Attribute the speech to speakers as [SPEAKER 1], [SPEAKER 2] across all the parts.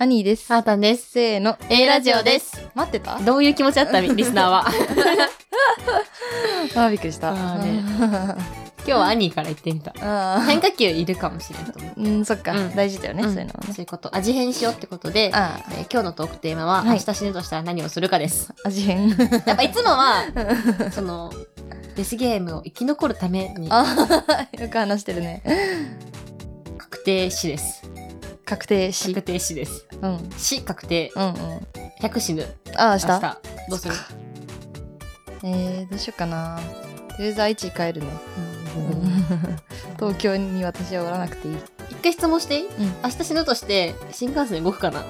[SPEAKER 1] アニーです。
[SPEAKER 2] あーたんです。
[SPEAKER 1] せーの、
[SPEAKER 2] A ラジオで。す。
[SPEAKER 1] 待ってた
[SPEAKER 2] どういう気持ちだったみリスナー は。
[SPEAKER 1] あー、びっくりした。
[SPEAKER 2] あー今日はアニーから言ってみた。
[SPEAKER 1] あー
[SPEAKER 2] 変化球いるかもしれないと思う。
[SPEAKER 1] うん、そっか、
[SPEAKER 2] うん
[SPEAKER 1] 大事だよね、
[SPEAKER 2] ん
[SPEAKER 1] そういうのはね
[SPEAKER 2] そう。いうこと。味変しようってことで、
[SPEAKER 1] あ
[SPEAKER 2] えー今日のトークテーマは、
[SPEAKER 1] はい
[SPEAKER 2] 明日死ぬとしたら何をするかです。
[SPEAKER 1] ー味変。
[SPEAKER 2] やっぱいつもは、その、デスゲームを生き残るために
[SPEAKER 1] あ ーよく話してるね。
[SPEAKER 2] 確定死です。
[SPEAKER 1] 確定し。
[SPEAKER 2] 確定死です。
[SPEAKER 1] うん。うん
[SPEAKER 2] 死確定。
[SPEAKER 1] うん。
[SPEAKER 2] 100死ぬ。
[SPEAKER 1] ああ、
[SPEAKER 2] 明
[SPEAKER 1] した。
[SPEAKER 2] 日。どうする
[SPEAKER 1] えー、どうしようかな。とりあえず愛知帰るね。東京に私はおらなくていい。
[SPEAKER 2] 一回質問していい、
[SPEAKER 1] ん
[SPEAKER 2] 明日死ぬとして新幹線動くかな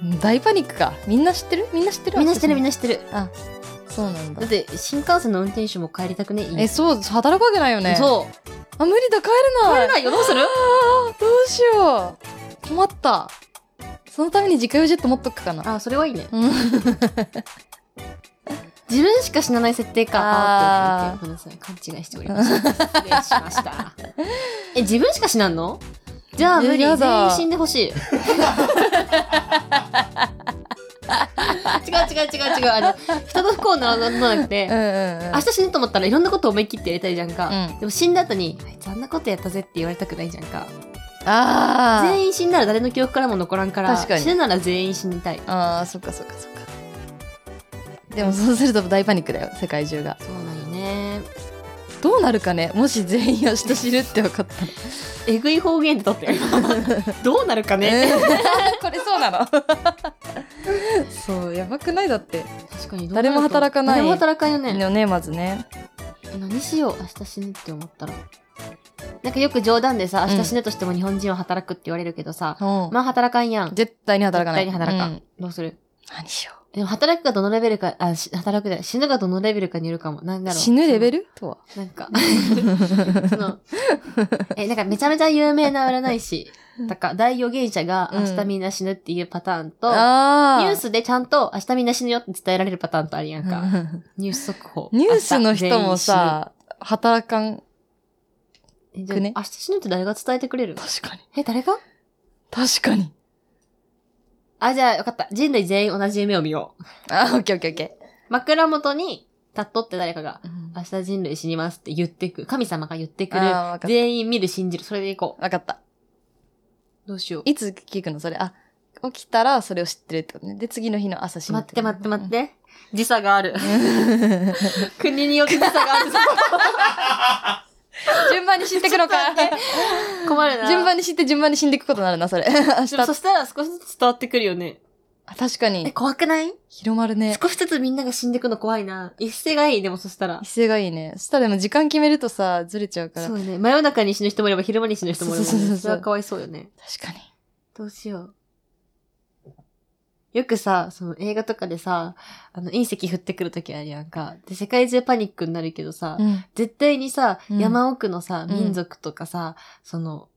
[SPEAKER 1] うん大パニックか。みんな知ってるみんな知ってる
[SPEAKER 2] みんな知ってるみん
[SPEAKER 1] な。
[SPEAKER 2] な知ってる。
[SPEAKER 1] あ、そうなんだ
[SPEAKER 2] だっ。て新幹線の運転手も帰りたくねいい
[SPEAKER 1] え、そう、働くわけないよね。う。
[SPEAKER 2] そう。
[SPEAKER 1] あ、無理だ、帰れ
[SPEAKER 2] 帰
[SPEAKER 1] ない
[SPEAKER 2] れ。ないよ、どうする
[SPEAKER 1] あーどうしよう困ったそのために自家用ジェット持っとくかな
[SPEAKER 2] あ、それはいいね。
[SPEAKER 1] うん
[SPEAKER 2] 自分しか死なない設定か。
[SPEAKER 1] あー
[SPEAKER 2] あーごめんなさい、勘違いしておりました。失礼しま した。え、自分しか死なんのじゃあ
[SPEAKER 1] え
[SPEAKER 2] 無理。
[SPEAKER 1] やだ
[SPEAKER 2] 全員死んで ほしい。違う違う違う違う。あの、人の不幸にならなくて
[SPEAKER 1] うん、うん
[SPEAKER 2] 明日死ぬと思ったらいろんなこと思い切ってやりたいじゃんか。
[SPEAKER 1] うん
[SPEAKER 2] でも死んだ後に、あいつあんなことやったぜって言われたくないじゃんか。
[SPEAKER 1] あー
[SPEAKER 2] 全員死んだら誰の記憶からも残らんから、
[SPEAKER 1] 確かに
[SPEAKER 2] 死ぬなら全員死にたい。
[SPEAKER 1] あーそっかそっかそっかでもそうすると大パニックだよ世界中が
[SPEAKER 2] そうなんよね。
[SPEAKER 1] どうなるかねもし全員明日知るって分かったら
[SPEAKER 2] えぐい方言で撮ってる。 どうなるかね。
[SPEAKER 1] うん これそうなの そうやばくないだって
[SPEAKER 2] 確かに
[SPEAKER 1] 誰も働かない
[SPEAKER 2] 誰も働かんよね。
[SPEAKER 1] のねまずね
[SPEAKER 2] え何しよう、明日死ぬって思ったら。なんかよく冗談でさ、明日死ぬとしても日本人は働くって言われるけどさ、
[SPEAKER 1] うん
[SPEAKER 2] まあ働かんやん。
[SPEAKER 1] 絶対に働かない
[SPEAKER 2] 絶対に働かん
[SPEAKER 1] うん
[SPEAKER 2] どうする
[SPEAKER 1] 何しよ
[SPEAKER 2] でも働くがどのレベルか、あ、し働くじゃない死ぬがどのレベルかによるかも。なん
[SPEAKER 1] う
[SPEAKER 2] だろう。
[SPEAKER 1] 死ぬレベルとは
[SPEAKER 2] なんか、 その、え、なんかめちゃめちゃ有名な占い師とか、大予言者が明日みんな死ぬっていうパターンと、
[SPEAKER 1] あ
[SPEAKER 2] ニュー
[SPEAKER 1] ー
[SPEAKER 2] スでちゃんと明日みんな死ぬよって伝えられるパターンとあるやんか。 ニュース速報。
[SPEAKER 1] ニュースの人もさ、働かん。
[SPEAKER 2] 明日、全員死ぬえじゃあ
[SPEAKER 1] くね
[SPEAKER 2] 明日死ぬって誰が伝えてくれる
[SPEAKER 1] 確かに。
[SPEAKER 2] え、誰が
[SPEAKER 1] 確かに。
[SPEAKER 2] あ、じゃあよかった。人類全員同じ夢を見よう。
[SPEAKER 1] あ、オッケーオッケーオッケ
[SPEAKER 2] 枕元に立っとって誰かが、
[SPEAKER 1] ー。
[SPEAKER 2] 明日人類死にますって言ってく。神様が言ってく
[SPEAKER 1] あ
[SPEAKER 2] る
[SPEAKER 1] ーわかっ。た
[SPEAKER 2] 全員見る、信じる。それでいこ
[SPEAKER 1] わかった。
[SPEAKER 2] う。どうしよう。
[SPEAKER 1] いつ聞くのそれ。あ、起きたらそれを知ってるってことね。で、次の日の朝死ぬ
[SPEAKER 2] 待って待って待ってて。時差が ある。国によって時差があるぞ。
[SPEAKER 1] こと。順番に死んでくのか。
[SPEAKER 2] 困るな。
[SPEAKER 1] 順番に知って順番に死んでいくことになるな、それ。明日
[SPEAKER 2] でも。そしたら少しずつ伝わってくるよね。
[SPEAKER 1] あ 確か
[SPEAKER 2] え、
[SPEAKER 1] に。
[SPEAKER 2] 怖くない
[SPEAKER 1] 広まるね。
[SPEAKER 2] 少しずつみんなが死んでくの怖いな。一斉がいい、でもそしたら
[SPEAKER 1] 姿。勢がいいね。そしたらでも時間決めるとさ、ずれちゃうから。
[SPEAKER 2] そ
[SPEAKER 1] 確
[SPEAKER 2] うね。真夜中に死ぬ人もいれば昼間に死ぬ人もいるもん
[SPEAKER 1] そうそうそうそ
[SPEAKER 2] ね。
[SPEAKER 1] う
[SPEAKER 2] それはかわいそうよね。
[SPEAKER 1] かに。
[SPEAKER 2] どうしよう。よくさ、その映画とかでさ、あの隕石降ってくるときあるやんか。で、世界中パニックになるけどさ、
[SPEAKER 1] うん。
[SPEAKER 2] 絶対にさ、
[SPEAKER 1] うん
[SPEAKER 2] 山奥のさ、
[SPEAKER 1] うん
[SPEAKER 2] 民族とかさ、その、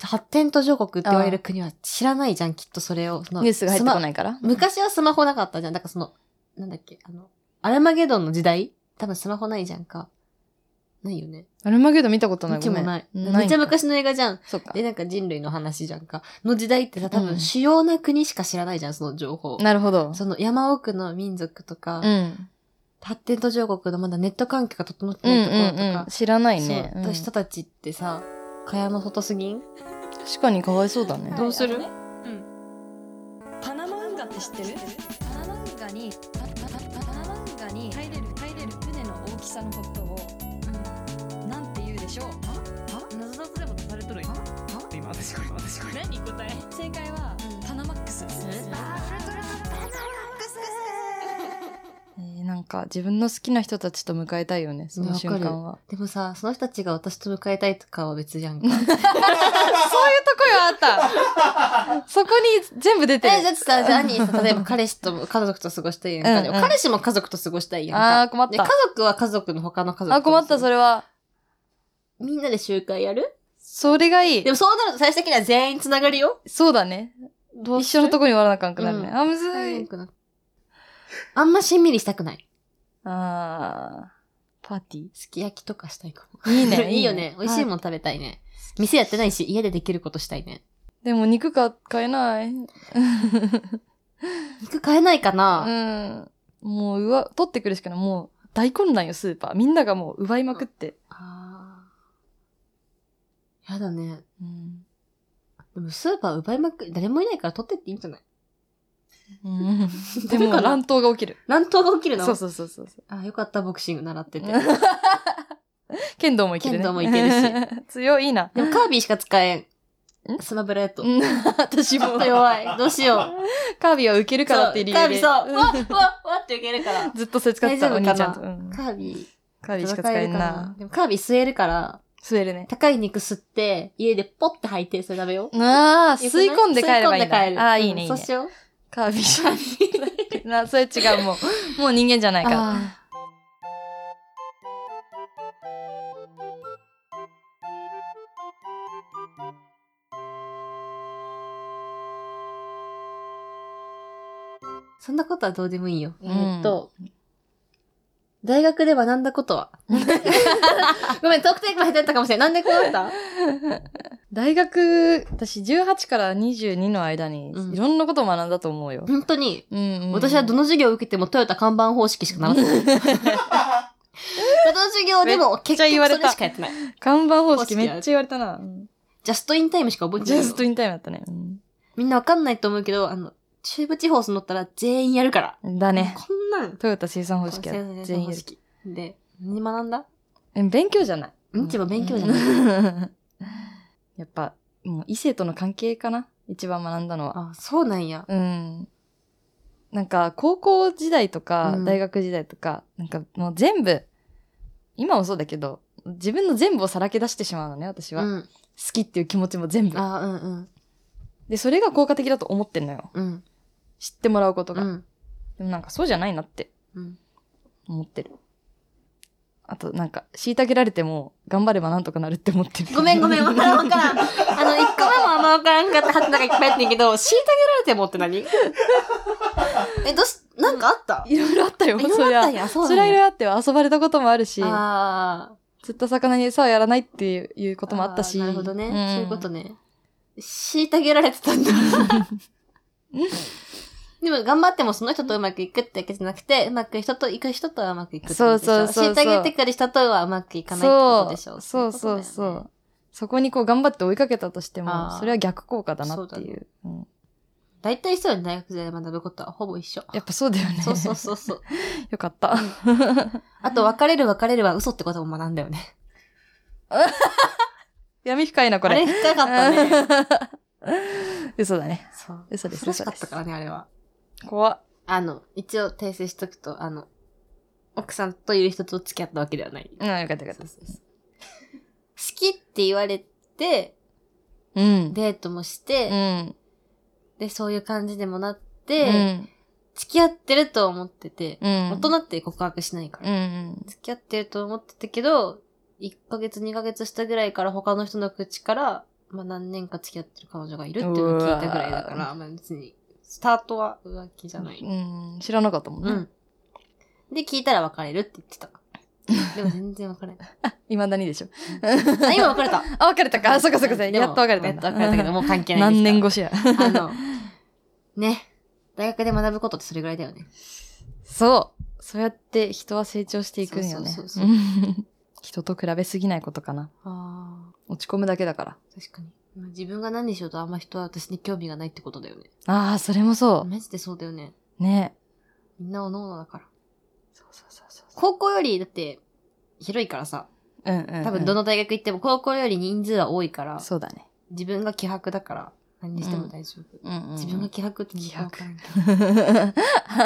[SPEAKER 2] 発展途上国って言われる国は知らないじゃん、きっとそれを。その
[SPEAKER 1] ニュースが入ってこ
[SPEAKER 2] ス
[SPEAKER 1] ないから。
[SPEAKER 2] マ昔はスマホなかったじゃん。だからその、なんだっけ、あの、アルマゲドンの時代多分スマホないじゃんか。ないよね。
[SPEAKER 1] アルマゲドン見たことない。
[SPEAKER 2] うち
[SPEAKER 1] ご
[SPEAKER 2] も
[SPEAKER 1] めん
[SPEAKER 2] ない。
[SPEAKER 1] うん
[SPEAKER 2] めっち
[SPEAKER 1] ない
[SPEAKER 2] ゃ
[SPEAKER 1] んか
[SPEAKER 2] 昔の映画じゃん。
[SPEAKER 1] そうか
[SPEAKER 2] で、。なんか人類の話じゃんか。の時代ってさ、多
[SPEAKER 1] う
[SPEAKER 2] 分
[SPEAKER 1] ん
[SPEAKER 2] 主要な国しか知らないじゃん、その情報。
[SPEAKER 1] なるほど。
[SPEAKER 2] その山奥の民族とか、
[SPEAKER 1] うん。
[SPEAKER 2] 発展途上国のまだネット環境が整って
[SPEAKER 1] うん
[SPEAKER 2] な
[SPEAKER 1] う
[SPEAKER 2] いところとか、
[SPEAKER 1] んうん。知らないね。
[SPEAKER 2] そううん人たちってさ、蚊帳の外すぎん
[SPEAKER 1] 確かにかわいそうだね。
[SPEAKER 2] どうする
[SPEAKER 3] あのねうん、パナマ運河って知ってるパナマ運河にパパパパナマ運河に入れる入れる船の大きさのことを、なんて言うでしょう謎々でも出されとるよ
[SPEAKER 4] 今私これ私これ
[SPEAKER 3] 何答え正解は、パナマックス
[SPEAKER 1] えーなんか自分の好きな人たちと迎えたいよね、その瞬間は。
[SPEAKER 2] でもさ、その人たちが私と迎えたいとかは別じゃんか。
[SPEAKER 1] そういうとこよ、あ ったそこに全部出て
[SPEAKER 2] え、だ
[SPEAKER 1] る。
[SPEAKER 2] ってさ、じゃあ兄さ、例えば彼氏とも、家族と過ごしたいやんか。でも
[SPEAKER 1] うんうん
[SPEAKER 2] 彼氏も家族と過ごしたいやんか。
[SPEAKER 1] あー、困っ
[SPEAKER 2] で
[SPEAKER 1] た
[SPEAKER 2] 家。族は家族の他の家族
[SPEAKER 1] あ、困った、そ
[SPEAKER 2] れ。
[SPEAKER 1] れは。
[SPEAKER 2] みんなで集会やる
[SPEAKER 1] それがいい
[SPEAKER 2] で。もそうなると最終的には全員繋がるよ。
[SPEAKER 1] そうだね。
[SPEAKER 2] ど
[SPEAKER 1] 一緒のと
[SPEAKER 2] こ
[SPEAKER 1] こにおらなあかんくなるね。
[SPEAKER 2] うん
[SPEAKER 1] あ、むずい。
[SPEAKER 2] あんましんみりしたくない。
[SPEAKER 1] あー、パーティ
[SPEAKER 2] すき焼きとかしたいかも。
[SPEAKER 1] ーいいね。
[SPEAKER 2] いいよね。美味しいもん食べたいね。店やってないし、家でできることしたいね。
[SPEAKER 1] でも肉が買えない。
[SPEAKER 2] 肉買えないかな、
[SPEAKER 1] うん。もう、うわ、取ってくるしかない。もう、大混乱よ、スーパー。みんながもう、奪いまくって。
[SPEAKER 2] ああ。やだね。
[SPEAKER 1] うん。
[SPEAKER 2] でもスーパー奪いまく、誰もいないから取ってっていいんじゃない
[SPEAKER 1] うん、で
[SPEAKER 2] ダメ
[SPEAKER 1] も、
[SPEAKER 2] かな
[SPEAKER 1] 乱闘が起きる。
[SPEAKER 2] 乱闘が起きるの
[SPEAKER 1] そうそうそうそうそう。
[SPEAKER 2] あ、よかった、ボクシング習 ってて。
[SPEAKER 1] 剣道もいけるね。
[SPEAKER 2] 剣道もいけるし。
[SPEAKER 1] 強いいいな。
[SPEAKER 2] でもカービィしか使えん。
[SPEAKER 1] ん
[SPEAKER 2] スマブラやと。ち
[SPEAKER 1] うん 私
[SPEAKER 2] ょ
[SPEAKER 1] も
[SPEAKER 2] っと。弱い。どうしよう。
[SPEAKER 1] カービィは受けるからっていう理由で。
[SPEAKER 2] そうカービ
[SPEAKER 1] う
[SPEAKER 2] ィ
[SPEAKER 1] ん
[SPEAKER 2] そう。わ、わ、わって受けるから。
[SPEAKER 1] ずっとそれ使ってた、お
[SPEAKER 2] 大
[SPEAKER 1] 兄
[SPEAKER 2] 丈夫かな
[SPEAKER 1] ちゃんと。うん
[SPEAKER 2] カービ
[SPEAKER 1] カー
[SPEAKER 2] ィ
[SPEAKER 1] ビィしか使えんな。
[SPEAKER 2] でもカービィ吸えるから、
[SPEAKER 1] 吸えるね。
[SPEAKER 2] 高い肉吸って、家でポッて吐いて、それ食べよう。
[SPEAKER 1] ああ、吸い込んで帰ればいいん
[SPEAKER 2] 吸込んで帰る
[SPEAKER 1] だ。ああー、いいね、いい
[SPEAKER 2] う
[SPEAKER 1] ね
[SPEAKER 2] んそう。しよう。
[SPEAKER 1] カービィしかな、それ違う、もう。もう人間じゃないから。
[SPEAKER 2] あーそんなことはどうでもいいよ。
[SPEAKER 1] うん
[SPEAKER 2] えーっと、大学で学んだこ とはごめん、トークテーマ下手だったかもしれない。なんでこうだった
[SPEAKER 1] 大学、私18から22の間に
[SPEAKER 2] う、ん
[SPEAKER 1] いろんなことを学んだと思うよ。
[SPEAKER 2] 本当に、
[SPEAKER 1] うんうん
[SPEAKER 2] 私はどの授業を受けてもトヨタ看板方式しか 習ってない。どの授業でも結
[SPEAKER 1] めっちゃ言
[SPEAKER 2] 局
[SPEAKER 1] わ
[SPEAKER 2] そ
[SPEAKER 1] れた
[SPEAKER 2] れしかやってない。
[SPEAKER 1] 看板方式
[SPEAKER 2] 方式
[SPEAKER 1] め
[SPEAKER 2] や
[SPEAKER 1] っちゃ言われたな。
[SPEAKER 2] ジャストインタイムしか覚えて
[SPEAKER 1] ジ
[SPEAKER 2] ない
[SPEAKER 1] ャ
[SPEAKER 2] の。
[SPEAKER 1] ストインタイムだったね。う
[SPEAKER 2] みんなわかんないと思うけど、あの、中部地方乗ったら全員やるから。
[SPEAKER 1] んだね。
[SPEAKER 2] こんなん。
[SPEAKER 1] トヨタ生産方式や全員やる。
[SPEAKER 2] 式。で、何学んだ
[SPEAKER 1] え勉強じゃない。
[SPEAKER 2] うん一番勉強じゃな
[SPEAKER 1] い。
[SPEAKER 2] い
[SPEAKER 1] やっぱ、もう異性との関係かな一番学んだのは。
[SPEAKER 2] あ、そうなんや。
[SPEAKER 1] うん。なんか、高校時代とか
[SPEAKER 2] う、ん
[SPEAKER 1] 大学時代とか、なんかもう全部、今もそうだけど、自分の全部をさらけ出してしまうのね、私
[SPEAKER 2] う
[SPEAKER 1] は。好
[SPEAKER 2] ん。
[SPEAKER 1] きっていう気持ちも全部。
[SPEAKER 2] あ、うんうん。
[SPEAKER 1] で、それが効果的だと思ってんのよ。
[SPEAKER 2] うん。
[SPEAKER 1] 知ってもらうこと
[SPEAKER 2] う
[SPEAKER 1] が。
[SPEAKER 2] ん。
[SPEAKER 1] でもなんかそうじゃないなって
[SPEAKER 2] うん。
[SPEAKER 1] 思ってる。あと、なんか、虐げられても、頑張ればなんとかなるって思ってる。
[SPEAKER 2] ごめんごめん、わからんわか らん。あの、一個目もあんまわからんかったはずなんかいっぱいやってんけど、虐げられてもっ て何え、どうし、なんかあった
[SPEAKER 1] いろいろあったよ、
[SPEAKER 2] いろいろあ
[SPEAKER 1] そ
[SPEAKER 2] ったん
[SPEAKER 1] り
[SPEAKER 2] や、
[SPEAKER 1] ゃ。
[SPEAKER 2] そう
[SPEAKER 1] そり
[SPEAKER 2] な
[SPEAKER 1] ゃ
[SPEAKER 2] ん
[SPEAKER 1] いろいろ
[SPEAKER 2] や。
[SPEAKER 1] あってよ遊ばれたこともあるし、
[SPEAKER 2] あー
[SPEAKER 1] 釣った魚に餌をやらないっていうこともあったし。
[SPEAKER 2] ーなるほどね。
[SPEAKER 1] ん
[SPEAKER 2] そういうことね。虐げられてたんだ。でも頑張ってもその人とうまくいくってわけじゃなくて、うまく人と行く人とはうまくいくってことでしょ。
[SPEAKER 1] そうそうそうそう
[SPEAKER 2] 虐げてくる人とはうまくいかないってことでしょ。
[SPEAKER 1] そうそうそう
[SPEAKER 2] そ
[SPEAKER 1] そうう
[SPEAKER 2] いうことだよね
[SPEAKER 1] そこにこう頑張って追いかけたとして
[SPEAKER 2] あ
[SPEAKER 1] も
[SPEAKER 2] ー
[SPEAKER 1] それは逆効果だなって
[SPEAKER 2] そうだ
[SPEAKER 1] いううん、
[SPEAKER 2] 大体そうよね、大学で学ぶことはほぼ 一緒。
[SPEAKER 1] やっぱそうだよね
[SPEAKER 2] そうそうそうそう。
[SPEAKER 1] よかった
[SPEAKER 2] あと、別れる別れるは嘘ってことも学んだよね。
[SPEAKER 1] 闇深いなこ
[SPEAKER 2] あ
[SPEAKER 1] れ
[SPEAKER 2] れ深かった ね。
[SPEAKER 1] 嘘だね
[SPEAKER 2] そう。
[SPEAKER 1] 嘘です
[SPEAKER 2] 楽し
[SPEAKER 1] 嘘
[SPEAKER 2] か
[SPEAKER 1] で
[SPEAKER 2] った
[SPEAKER 1] す
[SPEAKER 2] からね、あれは。
[SPEAKER 1] 怖っ
[SPEAKER 2] あの、一応訂正しとくと、あの、奥さんという人と付き合ったわけではない。
[SPEAKER 1] うんよかったよか
[SPEAKER 2] そ
[SPEAKER 1] っ
[SPEAKER 2] うそうそう好きって言われて、
[SPEAKER 1] たうん
[SPEAKER 2] デートもし
[SPEAKER 1] う
[SPEAKER 2] て、
[SPEAKER 1] ん
[SPEAKER 2] で、そういう感じでもな
[SPEAKER 1] う
[SPEAKER 2] って、
[SPEAKER 1] ん
[SPEAKER 2] 付き合ってると思ってて、
[SPEAKER 1] うん
[SPEAKER 2] 大人って告白しないか
[SPEAKER 1] う
[SPEAKER 2] ら、
[SPEAKER 1] ん
[SPEAKER 2] 付き合ってると思ってたけど、1ヶ月2ヶ月したぐらいから他の人の口から、まあ何年か付き合ってる彼女がいるっていうのを聞いたぐらいだか
[SPEAKER 1] う
[SPEAKER 2] ら、まあ別に、スタートは浮気じゃない。
[SPEAKER 1] うん知らなかったもん
[SPEAKER 2] う
[SPEAKER 1] ね、
[SPEAKER 2] ん。で、聞いたら別れるって言っ てた。でも全然別れない。
[SPEAKER 1] 未だにでしょ
[SPEAKER 2] あ、今別れ た。
[SPEAKER 1] あ別れたかあそっかそっかそっか
[SPEAKER 2] でも
[SPEAKER 1] やっと別れた
[SPEAKER 2] やっ
[SPEAKER 1] ん
[SPEAKER 2] と
[SPEAKER 1] だ
[SPEAKER 2] 別れたけど、もう関係ないです
[SPEAKER 1] 何年
[SPEAKER 2] から。
[SPEAKER 1] 越しや
[SPEAKER 2] あの、ね。大学で学ぶことってそれぐらいだよね。
[SPEAKER 1] そうそうやって人は成長していくんよね
[SPEAKER 2] そうそうそう
[SPEAKER 1] 人と比べすぎないことかな
[SPEAKER 2] あ
[SPEAKER 1] 落ち込むだけだから
[SPEAKER 2] あ、確かに。自分が何でしようとあんま人は私に興味がないってことだよね。
[SPEAKER 1] ああ、それもそ
[SPEAKER 2] マジでそうだよね。
[SPEAKER 1] う。ね。
[SPEAKER 2] みんなおののだから。
[SPEAKER 1] そうそうそうそう。
[SPEAKER 2] 高校より、だって、広いからさ。
[SPEAKER 1] うんうん、うん。
[SPEAKER 2] 多分どの大学行っても高校より人数は多いから、
[SPEAKER 1] そうだね。
[SPEAKER 2] 自分が希薄だから、何にしても大丈夫。
[SPEAKER 1] うん、うん。
[SPEAKER 2] 自分が希薄って
[SPEAKER 1] 希薄
[SPEAKER 2] わからん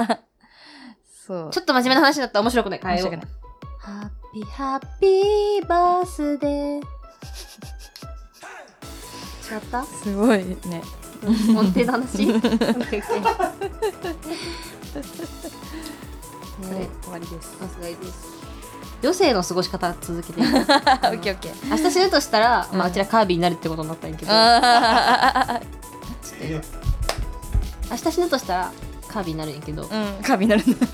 [SPEAKER 2] けど
[SPEAKER 1] そう。
[SPEAKER 2] ちょっと真面目な話だったら面白くない。
[SPEAKER 1] 申し訳
[SPEAKER 2] い。
[SPEAKER 1] ない。
[SPEAKER 2] ハッピーハッピーバースデー。違った
[SPEAKER 1] すごいね。
[SPEAKER 2] 音程の 話
[SPEAKER 1] これ終わり です。
[SPEAKER 2] さすがです余生の過ごし方続けて 明
[SPEAKER 1] あ、オッケーオッケー。
[SPEAKER 2] 日死ぬとしたら、
[SPEAKER 1] うん
[SPEAKER 2] まあ、あちらカービィになるってことになったんやけど
[SPEAKER 1] あ
[SPEAKER 2] 明日死ぬとしたらカービィになるんやけど
[SPEAKER 1] あ、うん。カビになるんだ。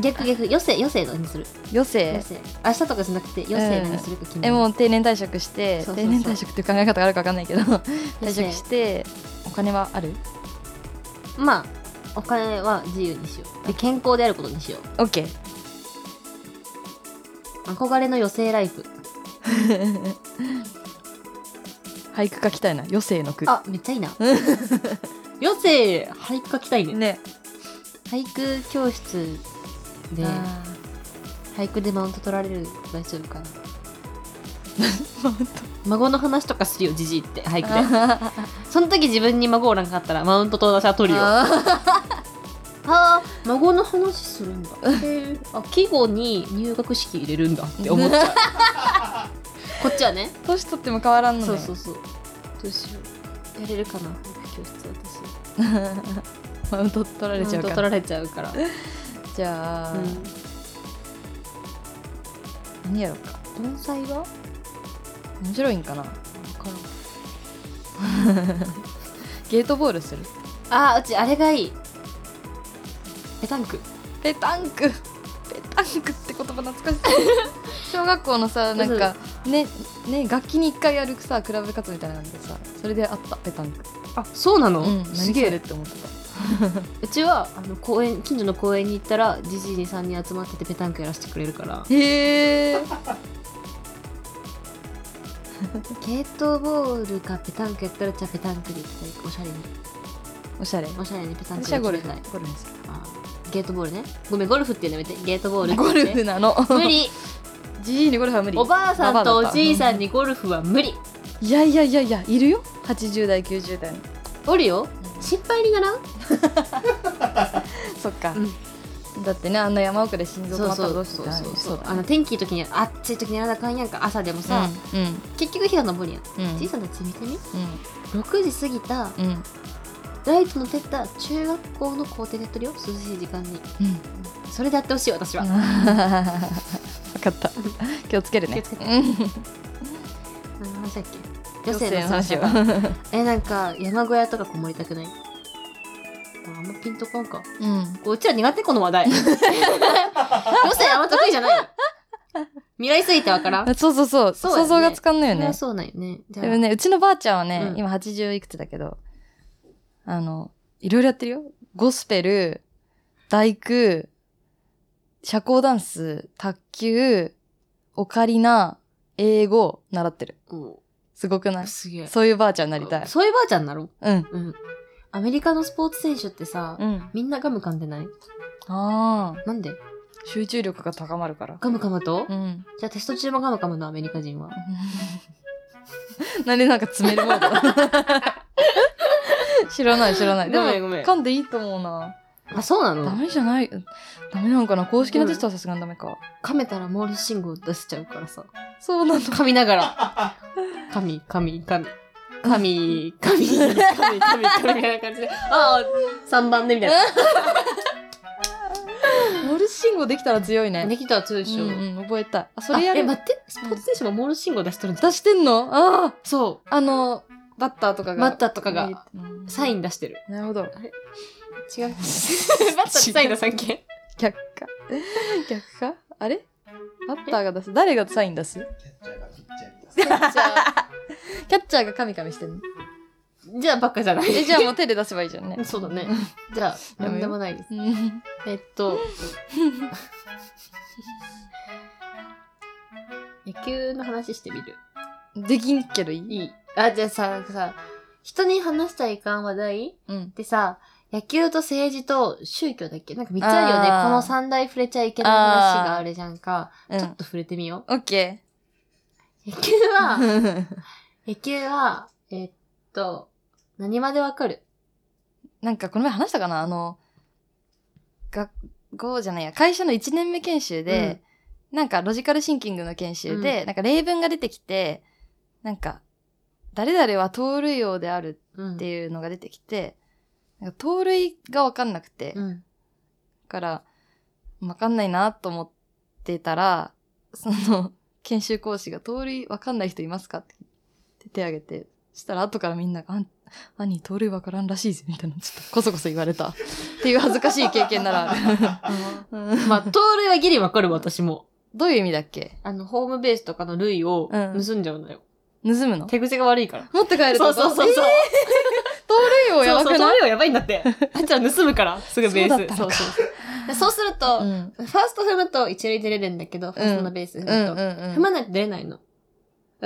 [SPEAKER 2] 逆逆余生余生何する
[SPEAKER 1] 余生
[SPEAKER 2] 余生明日とかじゃなくて余生何するか決め
[SPEAKER 1] え
[SPEAKER 2] る、
[SPEAKER 1] もう定年退職して
[SPEAKER 2] そうそうそう
[SPEAKER 1] 定年退職っていう考え方があるか分かん ないけど退
[SPEAKER 2] 余生
[SPEAKER 1] 職してお金はある
[SPEAKER 2] まあお金は自由にしようで健康であることにしよ
[SPEAKER 1] ?OK
[SPEAKER 2] う憧れの余生ライフ
[SPEAKER 1] 俳句書きたいな余生の句
[SPEAKER 2] あめっちゃいいな余生俳句書きたいね
[SPEAKER 1] ね
[SPEAKER 2] 俳句教室 で
[SPEAKER 1] あ
[SPEAKER 2] 俳句でマウント取られる大丈夫かな
[SPEAKER 1] ーマウント
[SPEAKER 2] 孫の話とかするよじじい って俳句で
[SPEAKER 1] あ
[SPEAKER 2] その時自分に孫おらんかったらマウントと私は取るよ
[SPEAKER 1] ー
[SPEAKER 2] あー孫の話するんだあ季語に入学式入れるんだって思っちゃう こっちはね
[SPEAKER 1] 年取っても変わらんのね
[SPEAKER 2] そうそうそうどうしようやれるかな教室私
[SPEAKER 1] マウント取られちゃう
[SPEAKER 2] マウント
[SPEAKER 1] か
[SPEAKER 2] 取
[SPEAKER 1] ら
[SPEAKER 2] られちゃうから、
[SPEAKER 1] じゃあ、
[SPEAKER 2] う
[SPEAKER 1] 何やろうか
[SPEAKER 2] ん、盆栽は
[SPEAKER 1] 面白いんかなゲートボールする
[SPEAKER 2] あーうちあれがいいペタンク
[SPEAKER 1] ペタンクペタンクって言葉懐かしい 小学校のさなんかねね楽器に1回やるさクラブ活動みたいなのでさそれであったペタンク
[SPEAKER 2] あそうなの、
[SPEAKER 1] うん
[SPEAKER 2] す
[SPEAKER 1] す
[SPEAKER 2] げ
[SPEAKER 1] げ
[SPEAKER 2] え
[SPEAKER 1] えって思ってた
[SPEAKER 2] うちはあの公園近所の公園に行ったらじじいに3人集まっててペタンクやらせてくれるから
[SPEAKER 1] へえ
[SPEAKER 2] ゲートボールかペタンクやったらじゃあペタンクで行きたいおしゃれに
[SPEAKER 1] おしゃれ
[SPEAKER 2] おしゃれにペタンク
[SPEAKER 1] 私
[SPEAKER 2] で
[SPEAKER 1] は
[SPEAKER 2] 行
[SPEAKER 1] ゴ
[SPEAKER 2] き
[SPEAKER 1] ルフ
[SPEAKER 2] たい
[SPEAKER 1] ゴルフにする
[SPEAKER 2] あーゲートボールねごめんゴルフっていうのやめてゲートボール
[SPEAKER 1] ゴ ルフな の
[SPEAKER 2] 無理
[SPEAKER 1] じじいにゴルフは無理
[SPEAKER 2] おばあさんとおじい
[SPEAKER 1] バ
[SPEAKER 2] さ
[SPEAKER 1] バアだっ
[SPEAKER 2] んにゴルフは無理
[SPEAKER 1] たいやいやいやいやいるよ80代90代の
[SPEAKER 2] おるよ心配にならん
[SPEAKER 1] そっか、
[SPEAKER 2] う
[SPEAKER 1] だってねあんな山奥で心臓止ま
[SPEAKER 2] そう
[SPEAKER 1] った
[SPEAKER 2] そ
[SPEAKER 1] らど
[SPEAKER 2] う
[SPEAKER 1] うしようっ
[SPEAKER 2] そう
[SPEAKER 1] てなる
[SPEAKER 2] そうそう
[SPEAKER 1] だ
[SPEAKER 2] あの天気いい時に暑い時にやらなあかんやんか朝でもさ、
[SPEAKER 1] うん
[SPEAKER 2] 結局日が昇るやん、
[SPEAKER 1] うんうん
[SPEAKER 2] じいさんたち見てみ6時過ぎた
[SPEAKER 1] うんうん
[SPEAKER 2] ライトの照った中学校の校庭でやってるよ涼しい時間に
[SPEAKER 1] うん
[SPEAKER 2] それでやってほしい私は、
[SPEAKER 1] 分かった気をつけるね
[SPEAKER 2] 気をつけて何の話だっけ女
[SPEAKER 1] 女性
[SPEAKER 2] 性の
[SPEAKER 1] の話
[SPEAKER 2] 話
[SPEAKER 1] を
[SPEAKER 2] はえなんか山小屋とかこもりたくないああんまピンとこんか
[SPEAKER 1] うん
[SPEAKER 2] こううちら苦手この 話題女性あんま得意じゃないよ未来すぎてわからん
[SPEAKER 1] そうそうそう
[SPEAKER 2] そうだよね
[SPEAKER 1] 想像がつかんのよ
[SPEAKER 2] それ
[SPEAKER 1] ね
[SPEAKER 2] はそうなんよねじゃあ
[SPEAKER 1] でもねうちのばあちゃんはね、
[SPEAKER 2] うん
[SPEAKER 1] 今80いくつだけどあのいろいろやってるよゴスペル大工社交ダンス卓球オカリナ英語習ってる
[SPEAKER 2] お
[SPEAKER 1] すごくない
[SPEAKER 2] すげえ
[SPEAKER 1] そういうばあちゃんになりたい
[SPEAKER 2] そういうばあちゃんなろ
[SPEAKER 1] うん
[SPEAKER 2] う、うん、アメリカのスポーツ選手ってさ、
[SPEAKER 1] うん
[SPEAKER 2] みんなガム噛んでない
[SPEAKER 1] ああ
[SPEAKER 2] なんで
[SPEAKER 1] 集中力が高まるから
[SPEAKER 2] ガム噛むと、
[SPEAKER 1] うん
[SPEAKER 2] じゃあテスト中もガム噛むのアメリカ人は
[SPEAKER 1] なんでなんか詰めるモード 知らない知らないでも
[SPEAKER 2] ごめんごめん
[SPEAKER 1] 噛んでいいと思うな、
[SPEAKER 2] あそうな
[SPEAKER 1] ダ
[SPEAKER 2] の
[SPEAKER 1] メじゃないダメなんかな公式のテストはさすがにダメか、
[SPEAKER 2] 噛めたらモールス信号出しちゃうからさ
[SPEAKER 1] そうなの
[SPEAKER 2] 噛みながら。 噛み、噛み、噛み。噛み、噛み、噛み、噛み、噛みみたいな感じで。ああ、3番でみたい
[SPEAKER 1] モールス信号できたら強い
[SPEAKER 2] な。
[SPEAKER 1] ね
[SPEAKER 2] できたら強いでしょ。
[SPEAKER 1] うんうん、覚えたいあそ
[SPEAKER 2] あ
[SPEAKER 1] れや
[SPEAKER 2] え、
[SPEAKER 1] る
[SPEAKER 2] 待って、スポーツ選手もモールス信号出しとるんじゃん。
[SPEAKER 1] 出してんのああ
[SPEAKER 2] そ
[SPEAKER 1] あのバッターとかが
[SPEAKER 2] バッターとかが、
[SPEAKER 1] うん
[SPEAKER 2] う。サイン出してる。
[SPEAKER 1] なるほど
[SPEAKER 2] 違う。バッターってサイン出さ んけ
[SPEAKER 1] 逆か逆かあれバッターが出す誰がサイン出すキャッチャーがカミカミしてるの
[SPEAKER 2] じゃあ、ばっかじゃない。
[SPEAKER 1] えじゃあもう手で出せばいいじゃん ね
[SPEAKER 2] そうだね。じゃあ、
[SPEAKER 1] やめよう
[SPEAKER 2] なんでもないです。
[SPEAKER 1] うん
[SPEAKER 2] えっと。野球の話してみる。
[SPEAKER 1] できんけどいい
[SPEAKER 2] いい。あ、じゃあさ、なんかさ、人に話したいかん話題
[SPEAKER 1] うん
[SPEAKER 2] でさ、野球と政治と宗教だっけなんか3つあるよね。
[SPEAKER 1] あー
[SPEAKER 2] この三大触れちゃいけない話があるじゃんか。
[SPEAKER 1] う
[SPEAKER 2] ちょっ
[SPEAKER 1] ん
[SPEAKER 2] と触れてみよ
[SPEAKER 1] オッケ
[SPEAKER 2] う。野球 は、
[SPEAKER 1] ー
[SPEAKER 2] 野球は、えっと、何までわかる
[SPEAKER 1] なんかこの前話したかなあの学校じゃないや会社の1年目研修で、なんかロジカルシンキングの研修で、なんか例文が出てきてなんか誰々は盗塁王である
[SPEAKER 2] うん
[SPEAKER 1] っていうのが出てきて、なんか盗塁が分かんなくて、
[SPEAKER 2] うん。
[SPEAKER 1] から、わかんないなと思ってたら、その、研修講師が、通りわかんない人いますかって手挙げて、そしたら後からみんなが、あん兄、盗塁わからんらしいぜ、みたいな、ちょっとこそこそ言われ た。っていう恥ずかしい経験ならある。うん
[SPEAKER 2] まあ、盗塁はギリわかるわ、私も。
[SPEAKER 1] どういう意味だっけ
[SPEAKER 2] あの、ホームベースとかの類を
[SPEAKER 1] うん
[SPEAKER 2] 盗んじゃうのよ。
[SPEAKER 1] 盗むの
[SPEAKER 2] 手癖が悪いから。
[SPEAKER 1] 持って帰る。
[SPEAKER 2] そうそうそううそう。
[SPEAKER 1] 盗塁をやば
[SPEAKER 2] そうそう、
[SPEAKER 1] く
[SPEAKER 2] 盗
[SPEAKER 1] ない
[SPEAKER 2] 塁はやばいんだ って。あっちゃん盗むから、すぐベース。
[SPEAKER 1] そうだった
[SPEAKER 2] そ
[SPEAKER 1] の
[SPEAKER 2] う
[SPEAKER 1] か
[SPEAKER 2] そうそう でそうすると、
[SPEAKER 1] ん。
[SPEAKER 2] ファースト踏むと一塁出れるんだけど、ファーストのベース踏むと。
[SPEAKER 1] うんうん
[SPEAKER 2] 踏
[SPEAKER 1] うん。
[SPEAKER 2] まないと出れないの。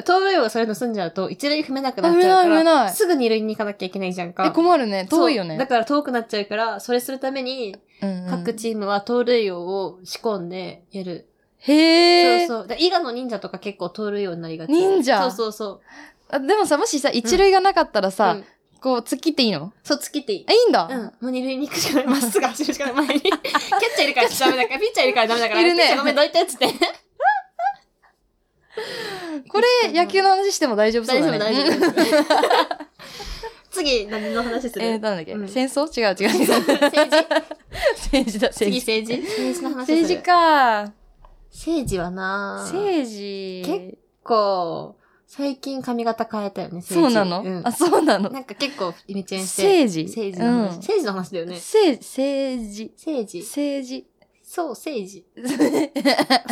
[SPEAKER 2] 盗塁をそれ盗んじゃうと、一塁踏めなくなっちゃうから、
[SPEAKER 1] 踏めない踏めない
[SPEAKER 2] すぐ二塁に行かなきゃいけないじゃんか。
[SPEAKER 1] え、困るね。遠いよ
[SPEAKER 2] そ
[SPEAKER 1] ね。
[SPEAKER 2] うだから遠くなっちゃうから、それするために、
[SPEAKER 1] うんうん
[SPEAKER 2] 各チームは盗塁王を仕込んでやる。
[SPEAKER 1] へえ。
[SPEAKER 2] そうそう。だから伊賀の忍者とか結構盗塁王になりがち。
[SPEAKER 1] 忍者
[SPEAKER 2] そうそうそう。
[SPEAKER 1] あでもさ、もしさ、一塁がなかったらさ、
[SPEAKER 2] うん、
[SPEAKER 1] こう、突っ切っていいの
[SPEAKER 2] そう、突きっていい
[SPEAKER 1] え、。いいんだ、
[SPEAKER 2] うん。もう二塁に行くしかない。まっすぐ走るしかない。前 に。キャッチャーいるからダメだから、ピッチャーいるからダメだから、
[SPEAKER 1] いるね
[SPEAKER 2] ピッチャーごめん、どいてっつって。
[SPEAKER 1] これ、野球の話しても大丈夫そう
[SPEAKER 2] 大丈
[SPEAKER 1] だ
[SPEAKER 2] 夫、
[SPEAKER 1] ね。
[SPEAKER 2] 大
[SPEAKER 1] うん
[SPEAKER 2] 丈夫。次、何の話する
[SPEAKER 1] えー、なんだっけ、
[SPEAKER 2] うん
[SPEAKER 1] 戦争違う違う違う。
[SPEAKER 2] 政治
[SPEAKER 1] 政治だ、
[SPEAKER 2] 次
[SPEAKER 1] 政治。
[SPEAKER 2] 政治政治の話
[SPEAKER 1] 政治か。
[SPEAKER 2] 政治はな結
[SPEAKER 1] 政治。
[SPEAKER 2] 結構、最近髪型変えたよね、
[SPEAKER 1] そう
[SPEAKER 2] 政治。
[SPEAKER 1] なの、
[SPEAKER 2] うん
[SPEAKER 1] あ、そうなの。
[SPEAKER 2] なんか結構、イメチェンして。
[SPEAKER 1] 政治
[SPEAKER 2] 政治の話。
[SPEAKER 1] うん
[SPEAKER 2] 政治の話だよね。
[SPEAKER 1] せ政治。
[SPEAKER 2] 政治。
[SPEAKER 1] 政治。
[SPEAKER 2] そう、政治。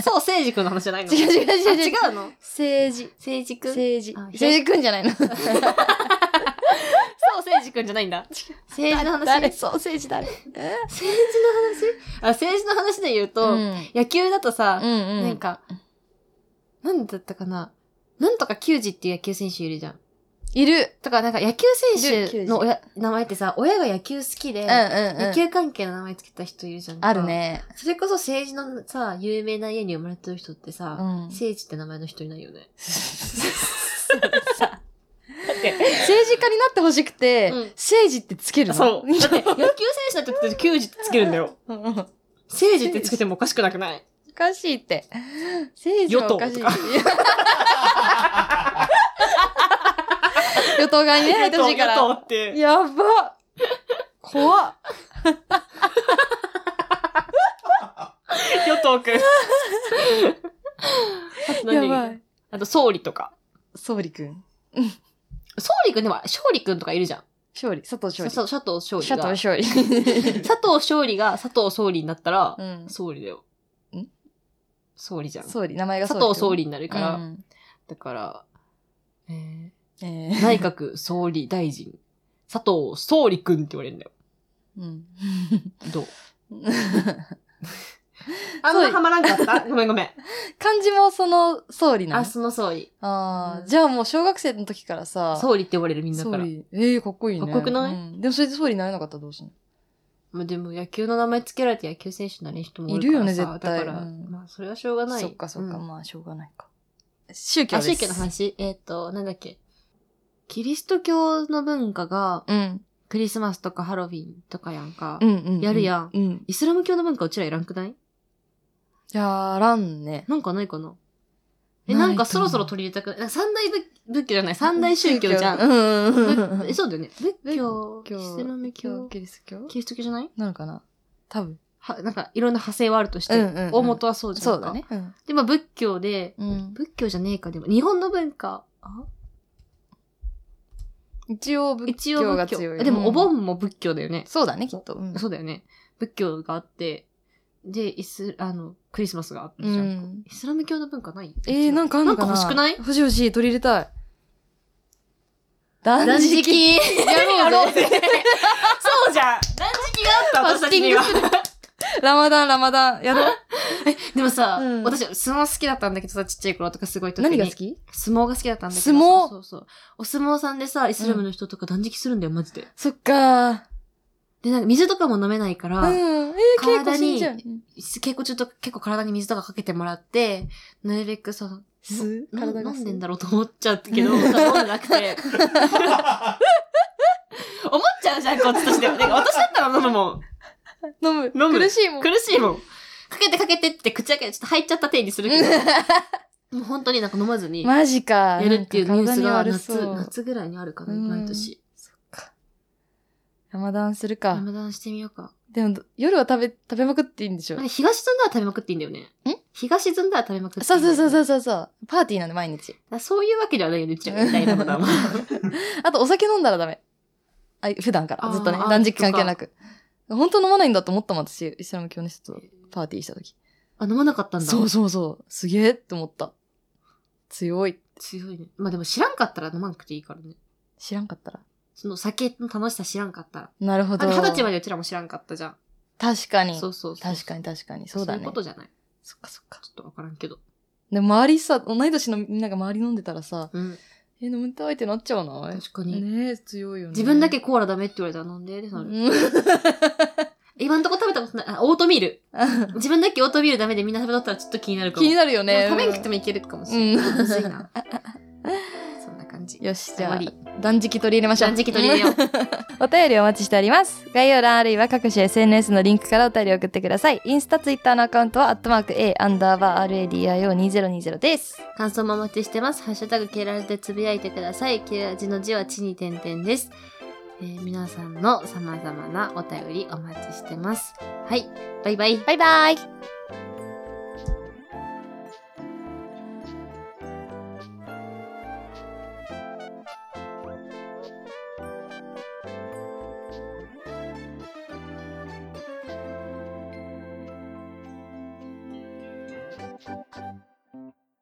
[SPEAKER 2] そう、政治君の話じゃないの
[SPEAKER 1] 違う違う違う違う
[SPEAKER 2] あ違うの
[SPEAKER 1] 政治。
[SPEAKER 2] 政治君そう、
[SPEAKER 1] 政治。
[SPEAKER 2] あ
[SPEAKER 1] 政治くんじゃないの
[SPEAKER 2] 政治君じゃないんだ。政治の話
[SPEAKER 1] 誰
[SPEAKER 2] 政治
[SPEAKER 1] そう、政治誰
[SPEAKER 2] の話あ、政治の話で言うと、
[SPEAKER 1] うん
[SPEAKER 2] 野球だとさ、
[SPEAKER 1] うんうん。
[SPEAKER 2] なんか、なんだったかな。なんとか球児っていう野球選手いるじゃん。
[SPEAKER 1] いる。
[SPEAKER 2] とか、なんか野球選手の親名前ってさ、親が野球好きで、
[SPEAKER 1] うんうんうん。
[SPEAKER 2] 野球関係の名前つけた人いるじゃんか
[SPEAKER 1] ある。ね。
[SPEAKER 2] それこそ政治のさ、有名な家に生まれてる人ってさ、
[SPEAKER 1] うん
[SPEAKER 2] 政治って名前の人いないよね。
[SPEAKER 1] 政治家になってほしくて、
[SPEAKER 2] うん
[SPEAKER 1] 政治ってつけるの
[SPEAKER 2] そう。だって、野球選手だって言って球児ってつけるん だよ。
[SPEAKER 1] うんうん
[SPEAKER 2] 政治ってつけてもおかしくなくない
[SPEAKER 1] おかしいって。政治はおかしい。
[SPEAKER 2] 与党
[SPEAKER 1] 与党側にね、入ってほしいから。
[SPEAKER 2] っていう。
[SPEAKER 1] やば怖っ
[SPEAKER 2] 与党くん。あ と
[SPEAKER 1] や
[SPEAKER 2] 何
[SPEAKER 1] ばい。
[SPEAKER 2] あと、総理とか。
[SPEAKER 1] 総理くん。
[SPEAKER 2] 総理くんでも、勝利くんとかいるじゃん。
[SPEAKER 1] 勝利。佐藤
[SPEAKER 2] そう
[SPEAKER 1] 勝利。
[SPEAKER 2] そう、佐藤勝利
[SPEAKER 1] 佐藤
[SPEAKER 2] が。佐
[SPEAKER 1] 勝利。
[SPEAKER 2] 藤勝利が佐藤総理になったら
[SPEAKER 1] う、ん。
[SPEAKER 2] 総理だよ。
[SPEAKER 1] ん
[SPEAKER 2] 総理じゃん。
[SPEAKER 1] 総理、名前が
[SPEAKER 2] 佐藤総
[SPEAKER 1] 理
[SPEAKER 2] 理になるから。
[SPEAKER 1] うん
[SPEAKER 2] だから、えー
[SPEAKER 1] えー
[SPEAKER 2] 内閣総理大臣、佐藤総理くんって言われるんだよ。
[SPEAKER 1] うん。
[SPEAKER 2] どう
[SPEAKER 1] あんまハ
[SPEAKER 2] まらんかったごめんごめん。
[SPEAKER 1] 漢字もその総理な
[SPEAKER 2] あ、
[SPEAKER 1] の
[SPEAKER 2] その総理。
[SPEAKER 1] あ
[SPEAKER 2] う
[SPEAKER 1] あ、
[SPEAKER 2] ん
[SPEAKER 1] じゃあもう小学生の時からさ、
[SPEAKER 2] 総理って呼ばれるみんなか
[SPEAKER 1] 総
[SPEAKER 2] ら。
[SPEAKER 1] 理。ええかっこいいね。
[SPEAKER 2] かっこよくない
[SPEAKER 1] うんでもそれで総理になれなかったらどうすんの
[SPEAKER 2] まあでも野球の名前つけられて野球選手になれる人も多いから
[SPEAKER 1] いるよね
[SPEAKER 2] さ
[SPEAKER 1] 絶対
[SPEAKER 2] だから、
[SPEAKER 1] うん
[SPEAKER 2] まあそれはしょうがない。
[SPEAKER 1] そっかそっか、
[SPEAKER 2] うん
[SPEAKER 1] まあしょうがないか。宗教
[SPEAKER 2] あ、
[SPEAKER 1] です。
[SPEAKER 2] 宗教の話。えっ、と、なんだっけ。キリスト教の文化が
[SPEAKER 1] うん。
[SPEAKER 2] クリスマスとかハロウィンとかやんか。
[SPEAKER 1] うんうんうん。
[SPEAKER 2] やるやん
[SPEAKER 1] うん。
[SPEAKER 2] イスラム教の文化うちらいらんくない
[SPEAKER 1] やらんね。
[SPEAKER 2] なんかないかなえ、
[SPEAKER 1] ないと思
[SPEAKER 2] な
[SPEAKER 1] うん
[SPEAKER 2] かそろそろ取り入れたくない三大仏仏教じゃない三大宗教じゃん。
[SPEAKER 1] うんうんうんうん。
[SPEAKER 2] え、そうだよね。仏教、
[SPEAKER 1] 仏教
[SPEAKER 2] イスラム教、
[SPEAKER 1] キリスト教
[SPEAKER 2] キリスト教じゃない
[SPEAKER 1] なのかな多分。
[SPEAKER 2] は、なんかいろんな派生はあるとし
[SPEAKER 1] う
[SPEAKER 2] て、
[SPEAKER 1] んうんうん
[SPEAKER 2] 大元はそうじゃんか。
[SPEAKER 1] そうだ。ね。うん。
[SPEAKER 2] で、まあ仏教で、
[SPEAKER 1] うん
[SPEAKER 2] 仏教じゃねえか、でも日本の文化、あ
[SPEAKER 1] 一応仏
[SPEAKER 2] 一応
[SPEAKER 1] 教が
[SPEAKER 2] 仏教
[SPEAKER 1] 強い。
[SPEAKER 2] でもお
[SPEAKER 1] うん
[SPEAKER 2] 盆も仏教だよね。
[SPEAKER 1] そうだね、きっと。うん
[SPEAKER 2] そうだよね。仏教があって、で、イス、あの、クリスマスがあって
[SPEAKER 1] う
[SPEAKER 2] じゃん。
[SPEAKER 1] ん。
[SPEAKER 2] イスラム教の文化ない
[SPEAKER 1] えー、なんかあんのかな
[SPEAKER 2] なんか欲しくない
[SPEAKER 1] 欲しい欲しい、取り入れたい。断食
[SPEAKER 2] や
[SPEAKER 1] やろうぜ。
[SPEAKER 2] そうじゃん断食があった
[SPEAKER 1] ファスティングする。ラマダン、ラマダン。やろう。
[SPEAKER 2] でもさ、
[SPEAKER 1] うん
[SPEAKER 2] 私、相撲好きだったんだけどさ、ちっちゃい頃とかすごい時に。
[SPEAKER 1] 何が好き
[SPEAKER 2] 相撲が好きだったんだけどさ。
[SPEAKER 1] 相撲
[SPEAKER 2] そうそうそう。お相撲さんでさ、イスラムの人とか断食するんだよ、マジで。
[SPEAKER 1] そっかー。
[SPEAKER 2] で、なんか水とかも飲めないから、
[SPEAKER 1] うん。えー、稽古
[SPEAKER 2] 体
[SPEAKER 1] し
[SPEAKER 2] に
[SPEAKER 1] んじゃん。
[SPEAKER 2] 稽古中とか結構体に水とかかけてもらって、なるべくその、
[SPEAKER 1] す
[SPEAKER 2] な
[SPEAKER 1] 体が
[SPEAKER 2] 飲んでん
[SPEAKER 1] だ。
[SPEAKER 2] だろうと思っちゃったけど、飲んでなく て。思っちゃうじゃん、こっちとして。なんか私だったら飲むもん。
[SPEAKER 1] 飲む。
[SPEAKER 2] 飲む
[SPEAKER 1] 苦しいもん。
[SPEAKER 2] 苦しいもん。かけてかけてって口開けてちょっと入っちゃった手にするけど。もう本当になんか飲まずに、や
[SPEAKER 1] マジか。
[SPEAKER 2] るっていうニ
[SPEAKER 1] な
[SPEAKER 2] ュースが
[SPEAKER 1] んか体
[SPEAKER 2] 夏、
[SPEAKER 1] に悪そう
[SPEAKER 2] 夏ぐらいにあるかな、
[SPEAKER 1] うん
[SPEAKER 2] 毎年。
[SPEAKER 1] ラマダンするか。
[SPEAKER 2] 山田してみようか。
[SPEAKER 1] でも、夜は食べ、食べまくっていいんでしょ
[SPEAKER 2] なんか日が沈んだら食べまくっていいんだよね。
[SPEAKER 1] ん
[SPEAKER 2] 日が沈んだら食べまくっていいんだ
[SPEAKER 1] そ
[SPEAKER 2] よ
[SPEAKER 1] う
[SPEAKER 2] ね
[SPEAKER 1] そうそうそうそうそう。パーティーなんで毎日。
[SPEAKER 2] だからそういうわけではないよね、うちは。みたいなことは。
[SPEAKER 1] あと、お酒飲んだらダメ。あ普段から、ずっとね
[SPEAKER 2] あ。ー
[SPEAKER 1] 断食関係なく。本当飲まないんだと思ったもん、私。イスラム教の人とパーティーした時。
[SPEAKER 2] あ、飲まなかったんだ。
[SPEAKER 1] そうそうそう。すげえって思った。強い。
[SPEAKER 2] 強いね。まあでも知らんかったら飲まなくていいからね。
[SPEAKER 1] 知らんかったら。
[SPEAKER 2] その酒の楽しさ知らんかったら。
[SPEAKER 1] なるほ
[SPEAKER 2] あ
[SPEAKER 1] ど。
[SPEAKER 2] れ二十歳までうちらも知らんかったじゃん。
[SPEAKER 1] 確かに。
[SPEAKER 2] そうそうそう。
[SPEAKER 1] 確かに確かに。そうだ
[SPEAKER 2] そうい
[SPEAKER 1] ね。
[SPEAKER 2] うことじゃない。
[SPEAKER 1] そっかそっか。
[SPEAKER 2] ちょっとわからんけど。
[SPEAKER 1] で、周りさ、同い年のみんなが周り飲んでたらさ、
[SPEAKER 2] うん。
[SPEAKER 1] え、飲みたいってなっちゃうな。
[SPEAKER 2] 確かに。
[SPEAKER 1] ねえ、強いよね。
[SPEAKER 2] 自分だけコーラダメって言われたら飲んで、で、
[SPEAKER 1] う
[SPEAKER 2] その
[SPEAKER 1] ん。
[SPEAKER 2] 今んとこ食べたことない、あ、オートミール。自分だけオートミールダメでみんな食べとったらちょっと気になるか も。
[SPEAKER 1] 気になるよ
[SPEAKER 2] で
[SPEAKER 1] ね。
[SPEAKER 2] も食べんくてもいけるかもしれない。
[SPEAKER 1] うん
[SPEAKER 2] むずい な。そんな感じ。
[SPEAKER 1] よし、じ
[SPEAKER 2] 終
[SPEAKER 1] ゃ
[SPEAKER 2] わ
[SPEAKER 1] あ
[SPEAKER 2] り。、
[SPEAKER 1] 断食取り入れましょう。
[SPEAKER 2] 断食取り入れよう。
[SPEAKER 1] お便りお待ちしております。概要欄あるいは各種 SNS のリンクからお便りを送ってください。インスタ、ツイッターのアカウントは、アットマーク A アンダーバー RADIO2020 です。
[SPEAKER 2] 感想もお待ちしてます。ハッシュタグケラジでつぶやいてください。ケラジの字は地に点々です。えー皆さんの様々なお便りお待ちしてます。はい。バイバイ。
[SPEAKER 1] バイバイ